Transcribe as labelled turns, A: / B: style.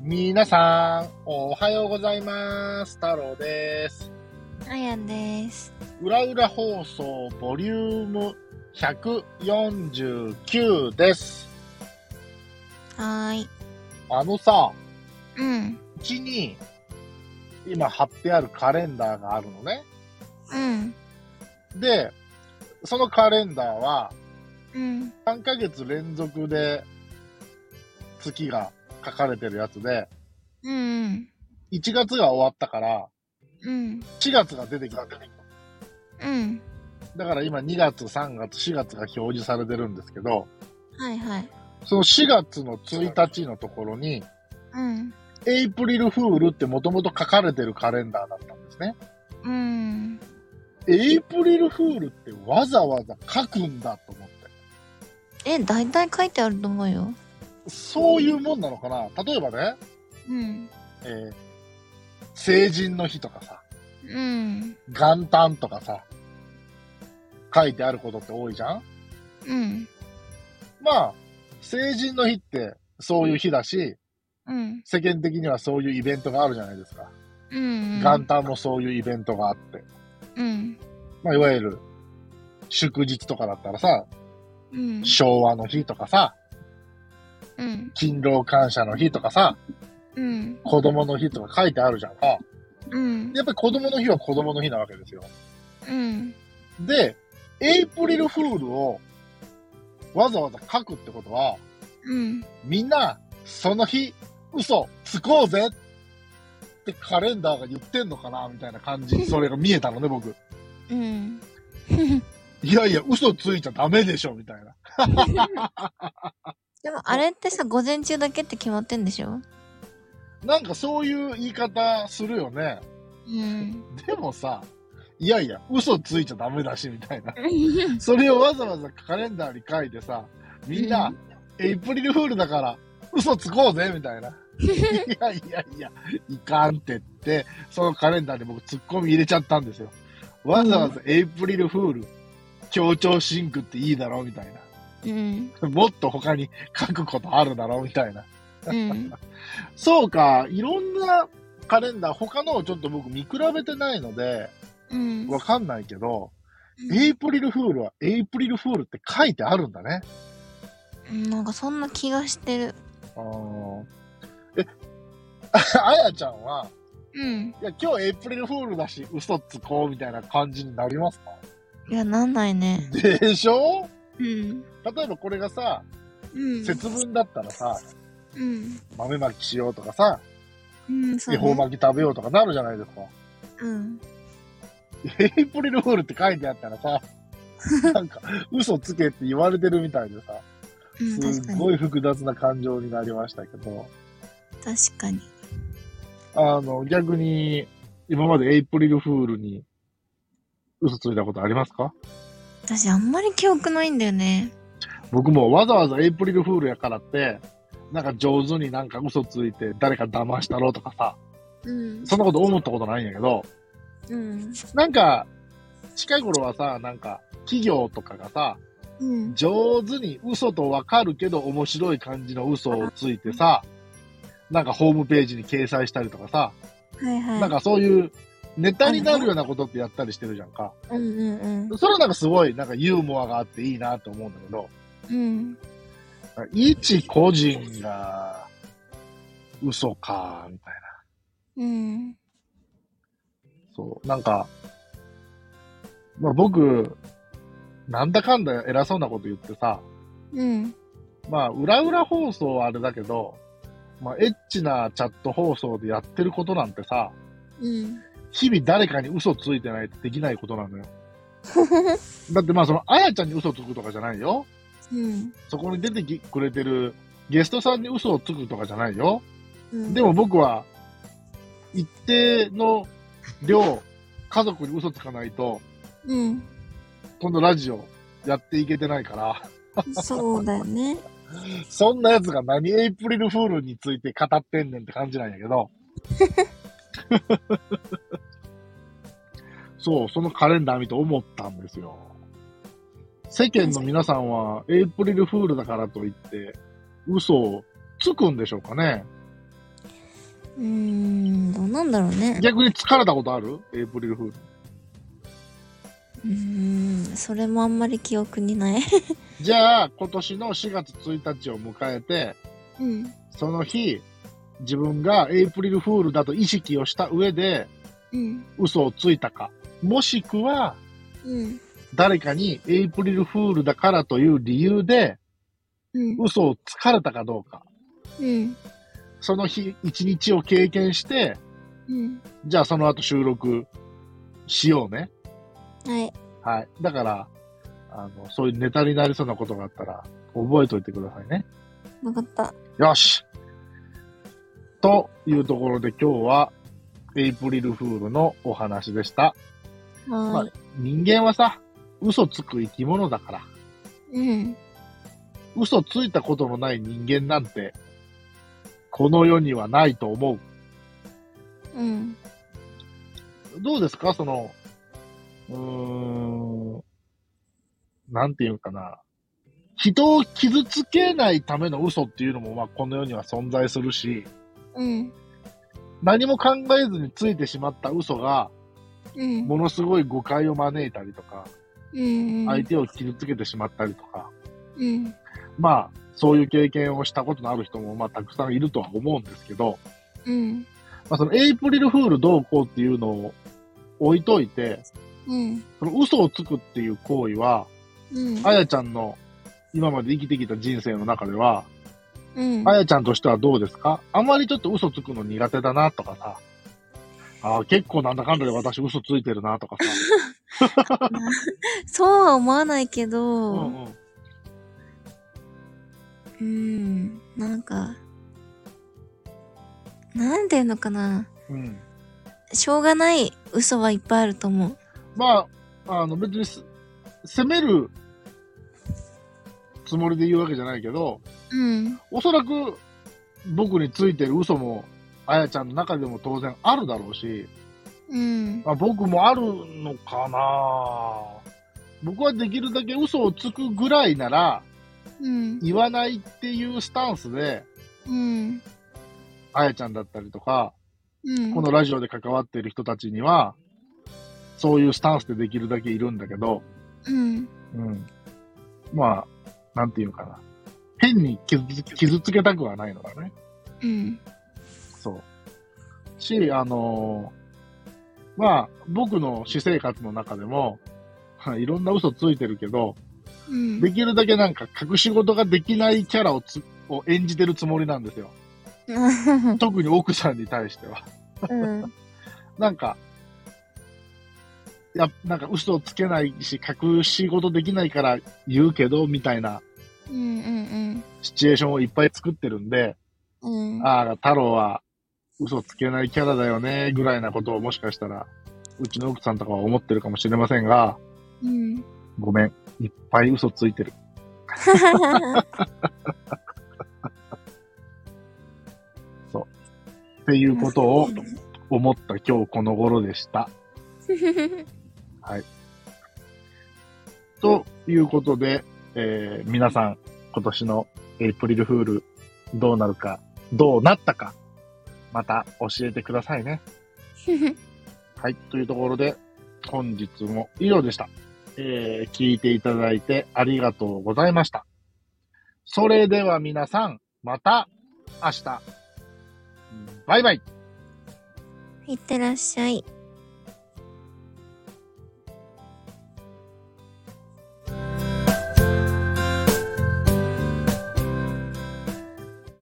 A: 皆さん、おはようございます。太郎です。
B: あやです。
A: 裏裏放送ボリューム149です。
B: はーい。
A: あのさ、
B: うん。
A: うちに今貼ってあるカレンダーがあるのね。
B: うん。
A: で、そのカレンダーは
B: うん。
A: 3ヶ月連続で月が書かれてるやつで、
B: うん。
A: 1月が終わったから
B: うん。
A: 4月が出てきた。
B: うん。
A: だから今2月、3月、4月が表示されてるんですけど、
B: はいはい。
A: その4月の1日のところに、
B: うん。
A: エイプリルフールってもともと書かれてるカレンダーだったんですね。
B: うん。
A: エイプリルフールってわざわざ書くんだと思って。
B: え、だいたい書いてあると思うよ。
A: そういうもんなのかな例えばね、
B: うん。
A: えー成人の日とかさ、
B: うん。
A: 元旦とかさ、書いてあることって多いじゃん
B: うん。
A: まあ、成人の日ってそういう日だし、
B: うん。
A: 世間的にはそういうイベントがあるじゃないですか。
B: うん。
A: 元旦もそういうイベントがあって。
B: うん。
A: まあ、いわゆる、祝日とかだったらさ、
B: うん。
A: 昭和の日とかさ、
B: うん。
A: 勤労感謝の日とかさ、
B: うん。
A: 子供の日とか書いてあるじゃんか。
B: うん。
A: やっぱり子供の日は子供の日なわけですよ。
B: うん。
A: で、エイプリルフールをわざわざ書くってことは、
B: うん。
A: みんな、その日、嘘、つこうぜってカレンダーが言ってんのかなみたいな感 じにそれが見えたのね、僕。
B: うん。
A: いやいや、嘘ついちゃダメでしょ、みたいな。
B: でもあれってさ、午前中だけって決まってんでしょ
A: なんかそういう言い方するよね。
B: うん。
A: でもさ、いやいや、嘘ついちゃダメだし、みたいな。それをわざわざカレンダーに書いてさ、みん
B: う
A: な、
B: ん
A: エイプリルフールだから、嘘つこうぜ、みたい な。いやいやいや、いかんってって、そのカレンダーで僕ツッコミ入れちゃったんですよ。わざわざエイプリルフール、協調シンクっていいだろ、みたい
B: うん。
A: な。もっと他に書くことあるだろ、みたいな。
B: うん。
A: そうか、いろんなカレンダー、他のをちょっと僕見比べてないので、
B: うん。
A: わかんないけど、エイプリルフールはエイプリルフールって書いてあるんだね。
B: うんなんかそんな気がしてる。
A: あーえ、あやちゃんは、
B: うん。
A: いや、今日エイプリルフールだし、嘘つこうみたいな感じになりますか
B: いや、なんないね。
A: でしょ
B: うん。
A: 例えばこれがさ、
B: うん。
A: 節分だったらさ、
B: うん。
A: 豆まきしようとかさ、
B: うん、そう、
A: 恵
B: ね。
A: 方巻き食べようとかなるじゃないですか。
B: うん。
A: エイプリルフールって書いてあったら さ、なんか、嘘つけって言われてるみたいでさ、
B: う
A: す
B: ん、確
A: っ
B: か
A: ご
B: に。
A: い複雑な感情になりましたけど。
B: 確かに。
A: あの、逆に、今までエイプリルフールに嘘ついたことありますか
B: 私、あんまり記憶ないんだよね。
A: 僕もわざわざエイプリルフールやからって、なんか上手になんか嘘ついて誰か騙したろうとかさ、
B: うん。
A: そんなこと思ったことないんやけど、
B: うん。
A: なんか、近い頃はさ、なんか、企業とかがさ、
B: うん。
A: 上手に嘘とわかるけど面白い感じの嘘をついてさ、なんかホームページに掲載したりとかさ、
B: はいはい。
A: なんかそういうネタになるようなことってやったりしてるじゃんか。
B: うんうん
A: それはなんかすごい、なんかユーモアがあっていいなと思うんだけど、
B: うん。うん。
A: 一個人が、嘘か、みたいな。
B: うん。
A: そう、なんか、まあ僕、なんだかんだ偉そうなこと言ってさ、
B: うん。
A: まあ、裏裏放送はあれだけど、まあ、エッチなチャット放送でやってることなんてさ、
B: うん。
A: 日々誰かに嘘ついてないとできないことなのよ。だってまあ、その、あやちゃんに嘘つくとかじゃないよ。
B: うん。
A: そこに出てきくれてるゲストさんに嘘をつくとかじゃないよ。
B: うん。
A: でも僕は、一定の量、家族に嘘つかないと、
B: うん。
A: このラジオやっていけてないから、
B: そうだよね。
A: そんな奴が何エイプリルフールについて語ってんねんって感じなんやけ ど。そう、そのカレンダー見て思ったんですよ。世間の皆さんはエイプリルフールだからといって、嘘をつくんでしょうかね
B: うーん、どうなんだろうね。
A: 逆に疲れたことあるエイプリルフール。
B: うーん、それもあんまり記憶にない。
A: じゃあ、今年の4月1日を迎えて、
B: うん、
A: その日、自分がエイプリルフールだと意識をした上で、
B: うん、
A: 嘘をついたか。もしくは、
B: うん、
A: 誰かにエイプリルフールだからという理由で、
B: うん、
A: 嘘をつかれたかどうか。
B: うん、
A: その日、一日を経験して、
B: うん。
A: じゃあその後収録しようね。
B: はい、
A: はい。だから、あの、そういうネタになりそうなことがあったら、覚えといてくださいね。
B: わかった。
A: よしというところで今日は、エイプリルフールのお話でした。
B: はーい。
A: 人間はさ、嘘つく生き物だから、
B: うん、
A: 嘘ついたことのない人間なんて、この世にはないと思う。
B: うん。
A: どうですかその、うーん、なんていうかな。人を傷つけないための嘘っていうのも、まあ、この世には存在するし、
B: うん、
A: 何も考えずについてしまった嘘が、
B: うん、
A: ものすごい誤解を招いたりとか、
B: うん、
A: 相手を傷つけてしまったりとか、
B: うん、
A: まあ、そういう経験をしたことのある人も、まあ、たくさんいるとは思うんですけど、
B: うん、
A: まあ、そのエイプリルフールどうこうっていうのを置いといて、
B: うん、
A: その嘘をつくっていう行為は、
B: うん、
A: あやちゃんの今まで生きてきた人生の中では、
B: うん。
A: あやちゃんとしてはどうですかあまりちょっと嘘つくの苦手だなとかさ、あー結構なんだかんだで私嘘ついてるなとかさ、
B: そうは思わないけ
A: う
B: ど、
A: んうん
B: うん、なんか、なんていうのかな。
A: うん、
B: しょうがない嘘はいっぱいあると思う。
A: まあ、あの別にす責めるつもりで言うわけじゃないけど、
B: うん、
A: おそらく僕についてる嘘も、あやちゃんの中でも当然あるだろうし、
B: うん、
A: まあ、僕もあるのかな僕はできるだけ嘘をつくぐらいなら、
B: うん、
A: 言わないっていうスタンスで、
B: うん、
A: あやちゃんだったりとか、
B: うん。
A: このラジオで関わっている人たちには、そういうスタンスでできるだけいるんだけど、
B: うん、
A: うん。まあ、なんていうかな。変に傷つ傷つけたくはないのだね。
B: うん、
A: そう。し、あのーまあ、僕の私生活の中でも、はいいろんな嘘ついてるけど、
B: うん。
A: できるだけなんか隠し事ができないキャラをつを演じてるつもりなんですよ。
B: うん、
A: 特に奥さんに対しては。
B: うん、
A: なんか、や、なんか嘘をつけないし、隠し事できないから言うけど、みたいな
B: うん、
A: シチュエーションをいっぱい作ってるんで、
B: うん。
A: ああ、太郎は嘘つけないキャラだよね、ぐらいなことをもしかしたら、うちの奥さんとかは思ってるかもしれませんが、
B: うん。
A: ごめん、いっぱい嘘ついてる。っていうことを思った今日この頃でした。ということで、えー皆さん、今年のエイプリルフール、どうなるか、どうなったか、また教えてくださいね。はい。というところで、本日も以上でした。えー聞いていただいてありがとうございました。それでは皆さん、また明日。バイバイ。
B: いってらっしゃい。